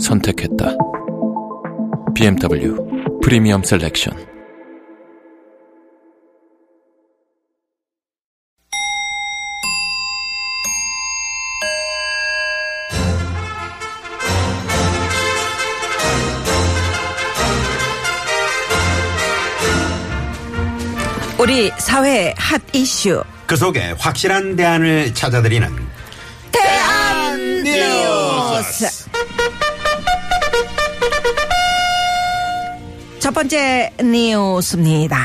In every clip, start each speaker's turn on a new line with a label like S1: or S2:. S1: 선택했다. BMW 프리미엄 셀렉션.
S2: 우리 사회의 핫 이슈
S3: 그 속에 확실한 대안을 찾아드리는
S2: 대한
S3: 뉴스.
S2: 첫 번째 뉴스입니다.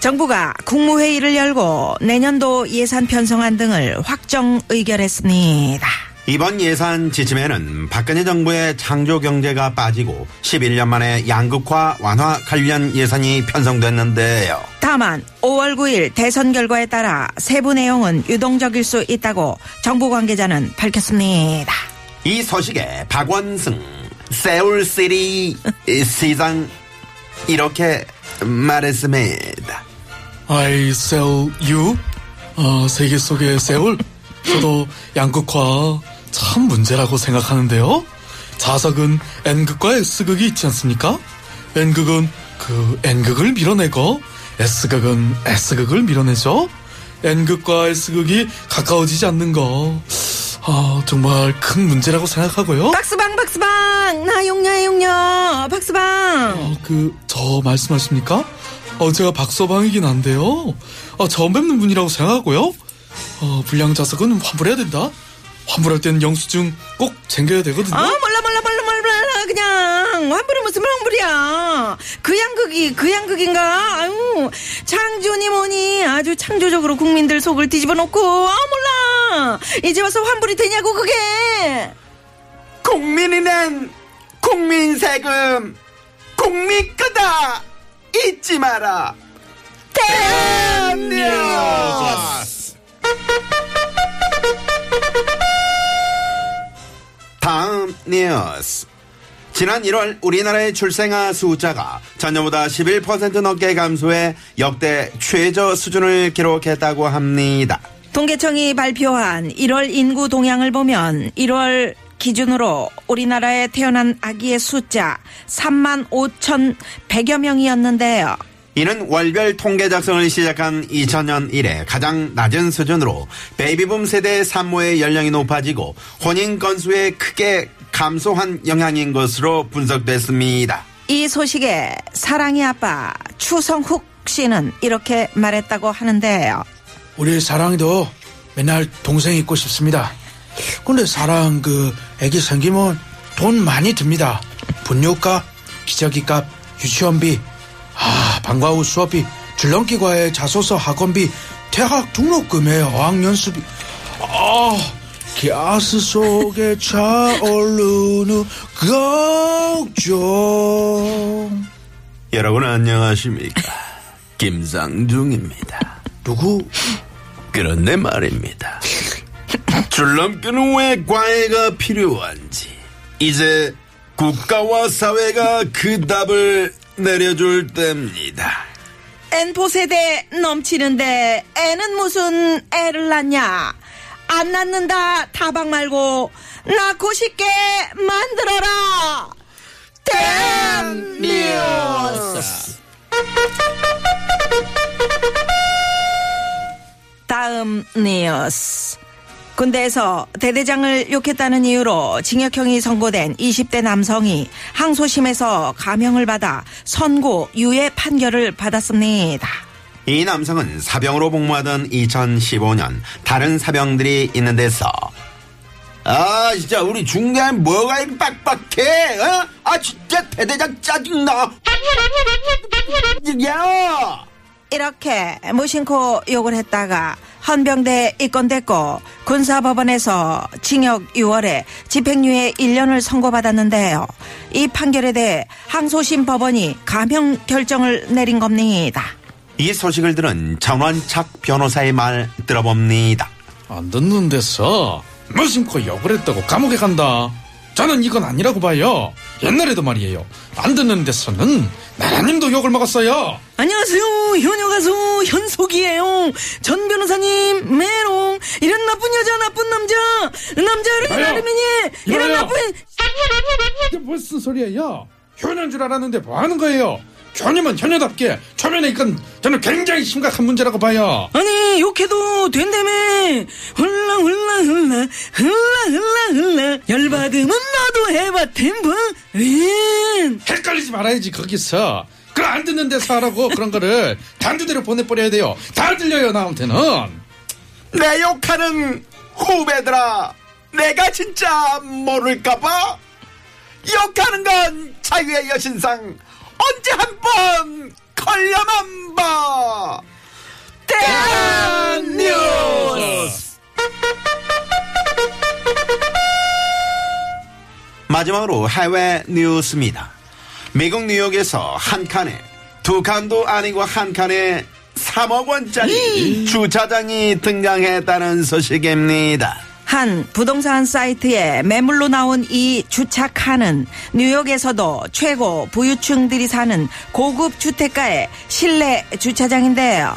S2: 정부가 국무회의를 열고 내년도 예산 편성안 등을 확정 의결했습니다.
S3: 이번 예산 지침에는 박근혜 정부의 창조 경제가 빠지고 11년 만에 양극화 완화 관련 예산이 편성됐는데요.
S2: 다만 5월 9일 대선 결과에 따라 세부 내용은 유동적일 수 있다고 정부 관계자는 밝혔습니다.
S3: 이 소식에 박원승 세울시리 시장 이렇게 말했습니다.
S4: I sell you? 아, 세계 속의 세울? 저도 양극화 참 문제라고 생각하는데요. 자석은 N극과 S극이 있지 않습니까? N극은 그 N극을 밀어내고 S극은 S극을 밀어내죠. N극과 S극이 가까워지지 않는 거. 아, 정말 큰 문제라고 생각하고요.
S2: 박스방 박스방 나 용녀 용녀 박스방
S4: 어, 그, 저 말씀하십니까? 어, 제가 박서방이긴 한데요. 어, 처음 뵙는 분이라고 생각하고요. 어, 불량 자석은 환불해야 된다. 환불할 땐 영수증 꼭 챙겨야 되거든요.
S2: 아 몰라 몰라 몰라 몰라 몰라 그냥 환불은 무슨 환불이야 그 양극이 그 양극인가 아유 창조니 뭐니 아주 창조적으로 국민들 속을 뒤집어 놓고 아 몰라 이제 와서 환불이 되냐고 그게
S3: 국민이 낸 국민 세금 국민 끄다 잊지 마라. 대한뉴스. 다음 뉴스. 지난 1월 우리나라의 출생아 숫자가 전년보다 11% 넘게 감소해 역대 최저 수준을 기록했다고 합니다.
S2: 통계청이 발표한 1월 인구 동향을 보면 1월 기준으로 우리나라에 태어난 아기의 숫자 3만 5천 100여 명이었는데요.
S3: 이는 월별 통계 작성을 시작한 2000년 이래 가장 낮은 수준으로 베이비붐 세대 산모의 연령이 높아지고 혼인 건수에 크게 감소한 영향인 것으로 분석됐습니다.
S2: 이 소식에 사랑의 아빠 추성욱 씨는 이렇게 말했다고 하는데요.
S5: 우리 사랑이도 맨날 동생 있고 싶습니다. 근데 사랑 그 애기 생기면 돈 많이 듭니다. 분유값, 기저귀값, 유치원비, 아 방과 후 수업비, 줄넘기과에 자소서 학원비, 대학 등록금에 어학연 수비. 아 가스 속에 차오르는 걱정.
S3: 여러분 안녕하십니까? 김상중입니다.
S5: 누구
S3: 그런데 말입니다. 줄넘기는 왜 과외가 필요한지 이제 국가와 사회가 그 답을 내려줄 때입니다.
S2: N포 세대 넘치는데 애는 무슨 애를 낳냐? 안 낳는다 타박 말고 낳고 싶게 만들어라. 댐뉴스 다음 뉴스. 군대에서 대대장을 욕했다는 이유로 징역형이 선고된 20대 남성이 항소심에서 감형을 받아 선고 유예 판결을 받았습니다.
S3: 이 남성은 사병으로 복무하던 2015년 다른 사병들이 있는 데서 아 진짜 우리 중간 뭐가 이렇게 빡빡해 어? 아 진짜 대대장 짜증나 야
S2: 이렇게 무심코 욕을 했다가 헌병대에 입건됐고 군사법원에서 징역 6월에 집행유예 1년을 선고받았는데요. 이 판결에 대해 항소심 법원이 감형 결정을 내린 겁니다.
S3: 이 소식을 들은 장원착 변호사의 말 들어봅니다.
S4: 안 듣는데서 무심코 욕을 했다고 감옥에 간다. 저는 이건 아니라고 봐요. 옛날에도 말이에요. 안 듣는 데서는 나라님도 욕을 먹었어요.
S2: 안녕하세요. 현역 가수 현석이에요. 전 변호사님, 메롱. 이런 나쁜 여자, 나쁜 남자. 남자를
S4: 이봐요.
S2: 나름이니. 이런
S4: 이봐요.
S2: 나쁜.
S4: 이게 무슨 소리예요? 효녀인 줄 알았는데 뭐 하는 거예요? 효녀면 효녀답게 초면에 이건 저는 굉장히 심각한 문제라고 봐요.
S2: 아니, 욕해도 된다며. 흘라, 흘라, 흘라. 흘라, 흘라, 흘라. 열받으면 나도 예. 해봤템, 뭐. 엔.
S4: 헷갈리지 말아야지 거기서. 그걸 안 듣는 데서 하라고 그런 거를 단두대로 보내버려야 돼요. 다 들려요 나한테는.
S3: 내 욕하는 후배들아, 내가 진짜 모를까봐 욕하는 건 자유의 여신상 언제 한 번 걸려만 봐. 대한 뉴스. 마지막으로 해외 뉴스입니다. 미국 뉴욕에서 한 칸에 두 칸도 아니고 한 칸에 3억 원짜리 주차장이 등장했다는 소식입니다.
S2: 한 부동산 사이트에 매물로 나온 이 주차칸은 뉴욕에서도 최고 부유층들이 사는 고급 주택가의 실내 주차장인데요.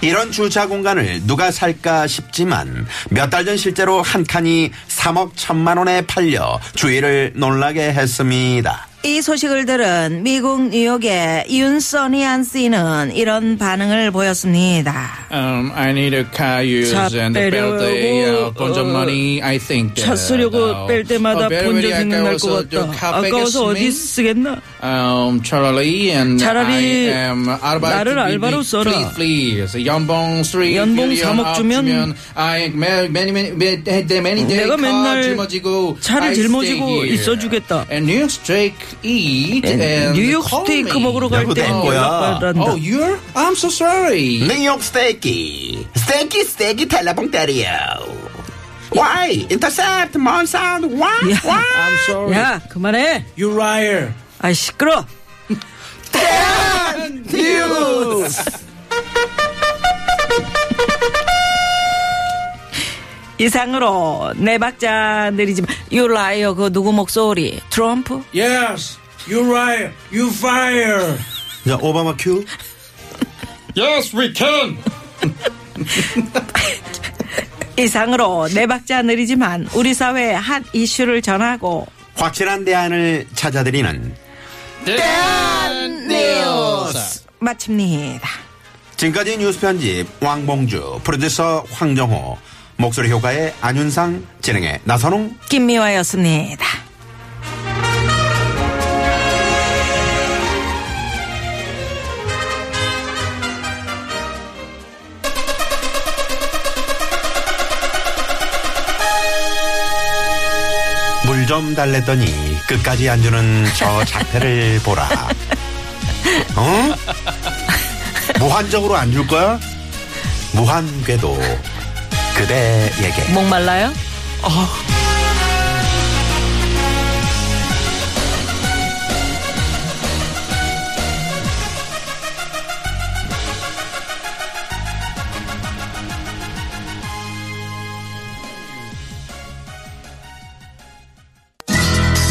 S3: 이런 주차 공간을 누가 살까 싶지만 몇 달 전 실제로 한 칸이 3억 천만 원에 팔려 주의를 놀라게 했습니다.
S2: 이 소식을 들은 미국 뉴욕의 윤서니안 씨는 이런 반응을 보였습니다.
S4: Um, I need a car use
S2: 차
S4: and the
S2: 빼려고,
S4: belt uh, 건전
S2: 어,
S4: money. I think. uh, Oh,
S2: 차
S4: 네,
S2: 쓰려고 뺄
S4: 어,
S2: 때마다 본전 생각날 것 같다. 아까워서 어디 쓰겠나?
S4: Um, 차라리 and
S2: 차라리
S4: I am 아르바이트
S2: 나를
S4: 비비.
S2: 알바로 써라.
S4: Please, please. 연봉 3
S2: 연봉 삼억 주면
S4: I may- many many many day- many day
S2: 내가
S4: car
S2: 맨날
S4: 짊어지고
S2: 차를
S4: I stay
S2: 짊어지고
S4: here.
S2: 있어주겠다.
S4: And New York steak eat. and
S2: 뉴욕
S4: call
S2: 스테이크
S4: me.
S2: 먹으러 갈
S3: 네, 야구
S2: 때
S3: 된 거야. 어,
S2: 연락받는다.
S4: Oh, you're? I'm so sorry.
S2: 네.
S3: 뉴욕 스테이키 스테이키 스테이키 텔레봉 때리요 Why? Intercept, Monsound, why?
S2: 야.
S3: why?
S4: I'm sorry.
S2: 야 그만해.
S4: You liar.
S2: 아 시끄러. 이상으로 네 박자 느리지 마. 유라이어 그 누구 목소리? 트럼프?
S5: Yes, you liar, you fire.
S3: 자, 오바마 큐.
S4: Yes, we can.
S2: 이상으로 네 박자 느리지만 우리 사회의 핫 이슈를 전하고
S3: 확실한 대안을 찾아드리는
S2: 마칩니다.
S3: 지금까지 뉴스 편집 왕봉주, 프로듀서 황정호, 목소리 효과의 안윤상, 진행의 나선홍,
S2: 김미화였습니다.
S3: 물 좀 달랬더니 끝까지 안 주는 저 자태를 보라. 어? 무한적으로 안 줄 거야? 무한 궤도 그대에게.
S2: 목말라요?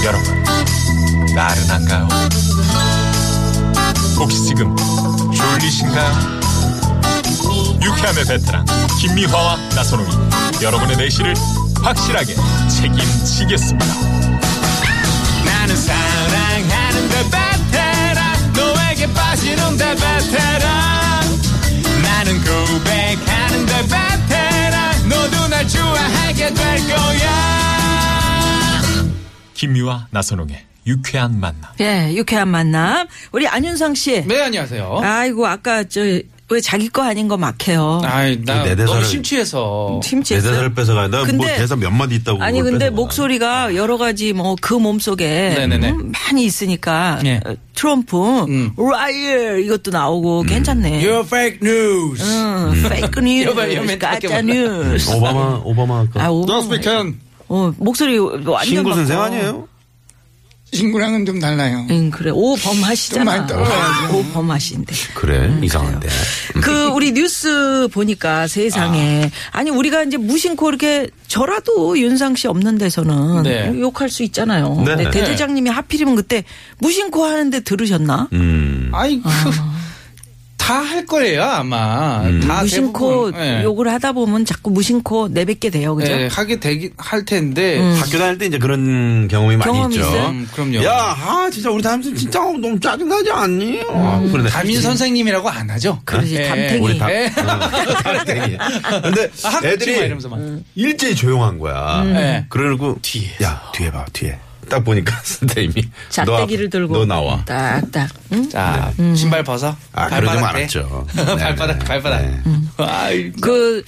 S6: 여러분, 나른한가요? 혹시 지금 졸리신가요? 유쾌함의 베테랑 김미화와 나선홍이 여러분의 내실을 확실하게 책임지겠습니다. 나는 사랑하는데 베테랑 너에게 빠지는데 베테랑 나는 고백하는데 베테랑 너도 날 좋아하게 될 거야. 김유와 나선홍의 유쾌한 만남.
S2: 예, 유쾌한 만남. 우리 안윤상 씨.
S4: 네, 안녕하세요.
S2: 아이고, 아까 저 왜 자기 거 아닌 거 막 해요?
S4: 아이, 나
S3: 내 대사를-
S4: 너무 심취해서.
S3: 내
S2: 침체했어요?
S3: 대사를 뺏어가야 돼. 뭐
S2: 그 근데-
S3: 대사 몇 마디 있다고.
S2: 아니
S3: 그걸
S2: 근데
S3: 뺏어가.
S2: 목소리가 여러 가지 뭐 그 몸속에
S4: 네네네.
S2: 음, 많이 있으니까
S4: 예.
S2: 어, 트럼프
S7: 음.
S2: 라이어 이것도 나오고 괜찮네.
S8: You're fake news.
S2: 음, 페이크 뉴스,
S4: 여봐, 여봐,
S2: 가짜
S4: 몰라.
S2: 뉴스.
S3: 오바마 오바마 그
S2: 아, 오바마.
S4: 캔.
S2: 어, 목소리 완전
S3: 신구
S2: 바꿔.
S3: 선생 아니에요?
S7: 친구랑은 좀 달라요.
S2: 응 그래 오범하시잖아.
S7: 좀 많이 떨어져야지.
S2: 오범하신데.
S3: 그래 이상한데.
S2: 음, 그 우리 뉴스 보니까 세상에 아. 니 우리가 이제 무심코 이렇게 저라도 윤상 씨 없는 데서는
S4: 네.
S2: 욕할 수 있잖아요.
S3: 네.
S2: 근데 대대장님이 하필이면 그때 무심코 하는데 들으셨나?
S3: 음.
S4: 아이, 그, 다 할 거예요, 아마.
S3: 음.
S4: 다
S2: 무심코
S4: 대부분,
S3: 네.
S4: 예.
S2: 욕을 하다 보면 자꾸 무심코 내뱉게 돼요, 그죠? 음.
S4: 예, 하게 되긴 할 텐데.
S3: 학교 다닐 때 이제 그런 경험이
S2: 경험
S3: 많이 있죠.
S2: 있어요?
S4: 음, 그럼요.
S3: 야, 아, 진짜 우리 담임 선생 진짜 너무 짜증나지 않니? 아, 그러네.
S4: 음, 담임 선생님이라고 안 하죠.
S2: 그러지,
S4: 예,
S2: 담탱이.
S4: 우리 담-
S3: 네. 다-
S4: 예.
S3: 다행이에요. 근데
S4: 아, 학교 막
S3: 애들이 음.
S4: 이러면서만.
S3: 일제히 조용한 거야.
S4: 네.
S3: 그러고 뒤에 야 뒤에 봐 뒤에 딱 보니까 선생님이 너
S2: 잣대기를
S3: 앞-
S2: 들고 음.
S3: 너 나와.
S2: 딱딱. 응?
S4: 자,
S2: 음.
S4: 신발 벗어.
S3: 아 그러지
S4: 발바닥 대.
S3: 말았죠. 네, 네,
S4: 발바닥,
S3: 네.
S4: 발바닥.
S3: 네.
S4: 아이,
S2: 그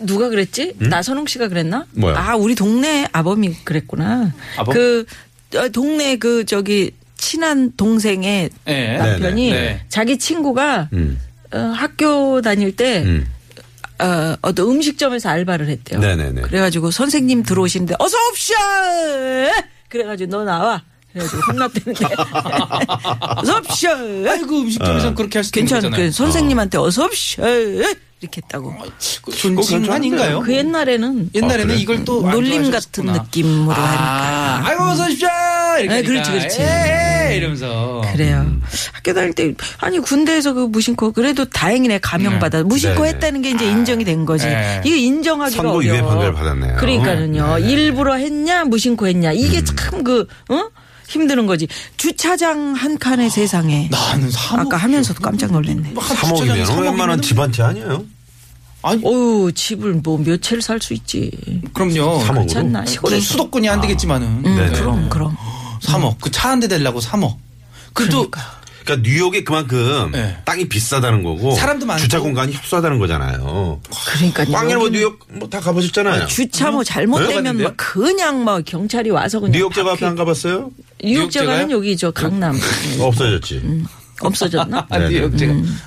S2: 누가 그랬지? 나선홍 씨가 그랬나?
S3: 음? 뭐요?
S2: 아 우리 동네 아범이 그랬구나.
S4: 아범?
S2: 그 어, 동네 그 저기 친한 동생의
S4: 예.
S2: 남편이
S4: 네, 네, 네.
S2: 자기 친구가
S3: 음.
S2: 어, 학교 다닐 때
S3: 음.
S2: 어, 어떤 음식점에서 알바를 했대요.
S3: 네네네.
S2: 그래가지고 선생님 들어오시는데 어서 옵쇼! 그래가지고 너 나와. 그래가지고 혼났대는데 어서 옵쇼!
S4: 아이고,
S3: 네.
S4: 음식점에서 그렇게 할 수도
S2: 괜찮은
S4: 있잖아요.
S2: 그 선생님한테 어서 옵쇼! 이렇게 했다고.
S4: 그 존칭 아닌가요?
S2: 그 옛날에는
S3: 어.
S4: 옛날에는 이걸 또
S2: 음. 놀림 같은 느낌으로
S4: 아, 아이고 어서 오십시오. 이렇게
S2: 네, 그렇지,
S4: 하니까 예,
S2: 그렇지. 음.
S4: 에이, 이러면서.
S2: 그래요. 학교 다닐 때 아니 군대에서 그 무심코 그래도 다행이네 감형 받아 무심코
S3: 네네. 아,
S2: 했다는 게 이제 인정이 된 거지.
S4: 네.
S2: 이거 인정하기가
S3: 선고 유예
S2: 어려워.
S3: 판결 받았네요. 음.
S2: 그러니까는요. 일부러 했냐 무심코 했냐 이게 참 그 어? 힘드는 거지. 주차장 한 칸의
S3: 아,
S2: 세상에
S4: 나는 삼
S2: 아까 하면서도 깜짝 놀랐네.
S3: 뭐.
S4: 막
S3: 3억이면
S4: 주차장에 아, 삼억이면은
S3: 500만 원 집안채 아니에요?
S2: 어유 집을 뭐 며칠 살 수 있지.
S4: 그럼요.
S3: 삼억으로?
S2: 아, 괜찮나
S4: 그
S2: 시골에
S4: 수도권이 안 되겠지만은
S2: 음,
S3: 네네.
S2: 그럼 그럼.
S4: 3억. 그 차 한 대 대려고 3억. 그래도
S3: 그러니까 뉴욕이 그만큼
S4: 네.
S3: 땅이 비싸다는 거고
S4: 사람도 많고.
S3: 주차 공간이 협소하다는 거잖아요.
S2: 그러니까
S3: 광일 뭐 뉴욕 뭐 다 가보셨잖아요.
S2: 주차 뭐
S3: 갔는데요?
S2: 잘못되면 막 그냥 막 경찰이 와서 그냥
S3: 음. 뉴욕 제가
S4: 아,
S2: 박-
S3: 앞에 안 가봤어요?
S2: 뉴욕제가는
S4: 뉴욕제가요?
S2: 여기죠 강남 예.
S3: 없어졌지.
S4: 음.
S2: 없어졌나?
S4: 아,
S3: 네,
S4: 뉴욕 제가
S2: 음.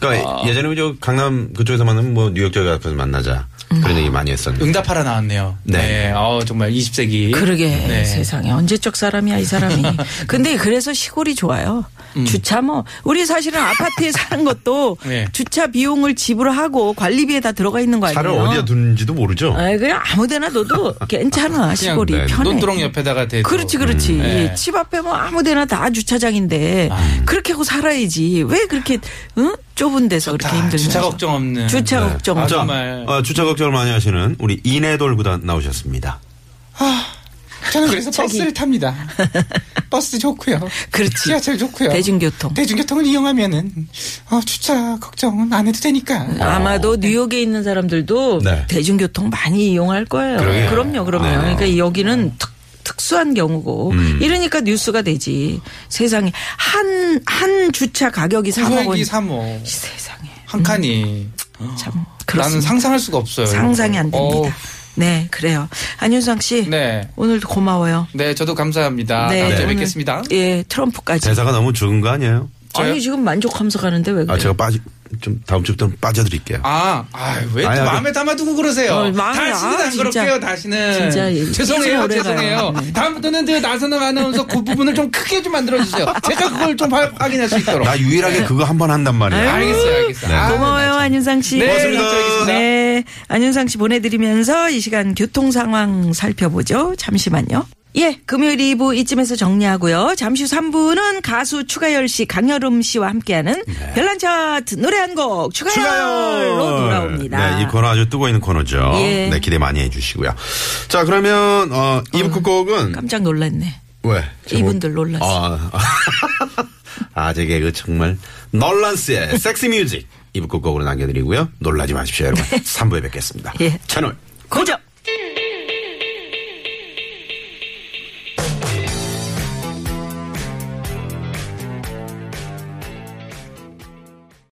S3: 그러니까 예전에 저 강남 그쪽에서 만나면 뭐 뉴욕 제가 앞에서 만나자 그런 얘기 많이 했었는데.
S4: 응답하라 나왔네요.
S3: 네.
S4: 네. 어, 정말 20세기.
S2: 그러게
S4: 네.
S2: 세상에 언제적 사람이야 이 사람이. 근데 그래서 시골이 좋아요. 주차 뭐 우리 사실은 아파트에 사는 것도
S4: 네.
S2: 주차 비용을 집으로 하고 관리비에 다 들어가 있는 거 아니에요?
S3: 차를 어디다 두는지도 모르죠.
S2: 아이, 그냥 아무데나 둬도 괜찮아 시골이
S3: 네,
S2: 편해.
S4: 논두렁 옆에다가 대고.
S2: 그렇지 그렇지
S4: 네.
S2: 집 앞에 뭐 아무데나 다 주차장인데 그렇게 하고 살아야지 왜 그렇게 응? 좁은 데서 그렇게
S4: 아,
S2: 힘들냐?
S4: 주차 걱정 없는.
S2: 주차
S3: 네.
S2: 걱정
S4: 아,
S2: 없-
S3: 자,
S4: 정말.
S3: 어, 주차 걱정을 많이 하시는 우리 이내돌 구단 나오셨습니다.
S7: 저는 그래서 버스를 탑니다. 버스 좋고요.
S2: 그렇지.
S7: 지하철 좋고요.
S2: 대중교통.
S7: 대중교통을 이용하면은 어, 주차 걱정은 안 해도 되니까.
S4: 어.
S2: 아마도 뉴욕에 있는 사람들도
S3: 네.
S2: 대중교통 많이 이용할 거예요.
S3: 그러게요.
S2: 그럼요 그럼요.
S4: 아.
S3: 네.
S2: 그러니까 여기는 특, 특수한 경우고
S4: 음.
S2: 이러니까 뉴스가 되지. 세상에 한 한 주차 가격이 3억 원.
S4: 소액이 3억.
S2: 세상에
S4: 한 칸이.
S2: 참
S4: 아. 나는
S2: 그렇습니다.
S4: 상상할 수가 없어요.
S2: 상상이 안 됩니다.
S4: 어,
S2: 네, 그래요. 안윤상 씨
S4: 네.
S2: 오늘도 고마워요.
S4: 네, 저도 감사합니다. 다음 주에
S2: 오늘,
S4: 뵙겠습니다.
S2: 예, 트럼프까지.
S3: 대사가 너무 적은 거 아니에요?
S4: 저요?
S2: 아니 지금 만족하면서 가는데 왜 그래요?
S3: 아, 제가 빠지, 좀 다음 주부터는 빠져드릴게요.
S4: 아,
S3: 아니,
S4: 아왜 또
S3: 아니.
S4: 마음에 담아두고 그러세요?
S2: 어, 마음에,
S4: 다시는
S2: 아,
S4: 안
S2: 진짜.
S4: 그럴게요, 다시는.
S2: 진짜 이-
S4: 죄송해요,
S2: 오래 가요.
S4: 죄송해요.
S2: 네.
S4: 다음부터는 그 나선홍 아나운서 그 부분을 좀 크게 좀 만들어주세요. 제가 그걸 좀 화- 확인할 수 있도록.
S3: 나 유일하게 그거 한 번 한단 네. 말이야.
S4: 알겠어요, 알겠어요. 아,
S2: 고마워요, 안윤상 씨.
S4: 네, 고맙습니다. 감사하겠습니다.
S2: 네, 안윤상 씨 보내드리면서 이 시간 교통 상황 살펴보죠. 잠시만요. 예, 금요일 2부 이쯤에서 정리하고요. 잠시 후 3부는 가수 추가열 씨, 강여름 씨와 함께하는 별난 차트 노래 한 곡 추가열로 돌아옵니다.
S3: 네, 이 코너 아주 뜨고 있는 코너죠.
S2: 예.
S3: 네, 기대 많이 해주시고요. 자, 그러면 어, 이부 끝곡은
S2: 깜짝 놀랐네.
S3: 왜? 제목-
S2: 이분들 놀랐어.
S3: 아, 아, 제 개그 정말 널란스의 섹시 뮤직 이부 끝곡으로 남겨드리고요. 놀라지 마십시오, 여러분. 3부에 뵙겠습니다.
S2: 예.
S3: 채널
S2: 고정!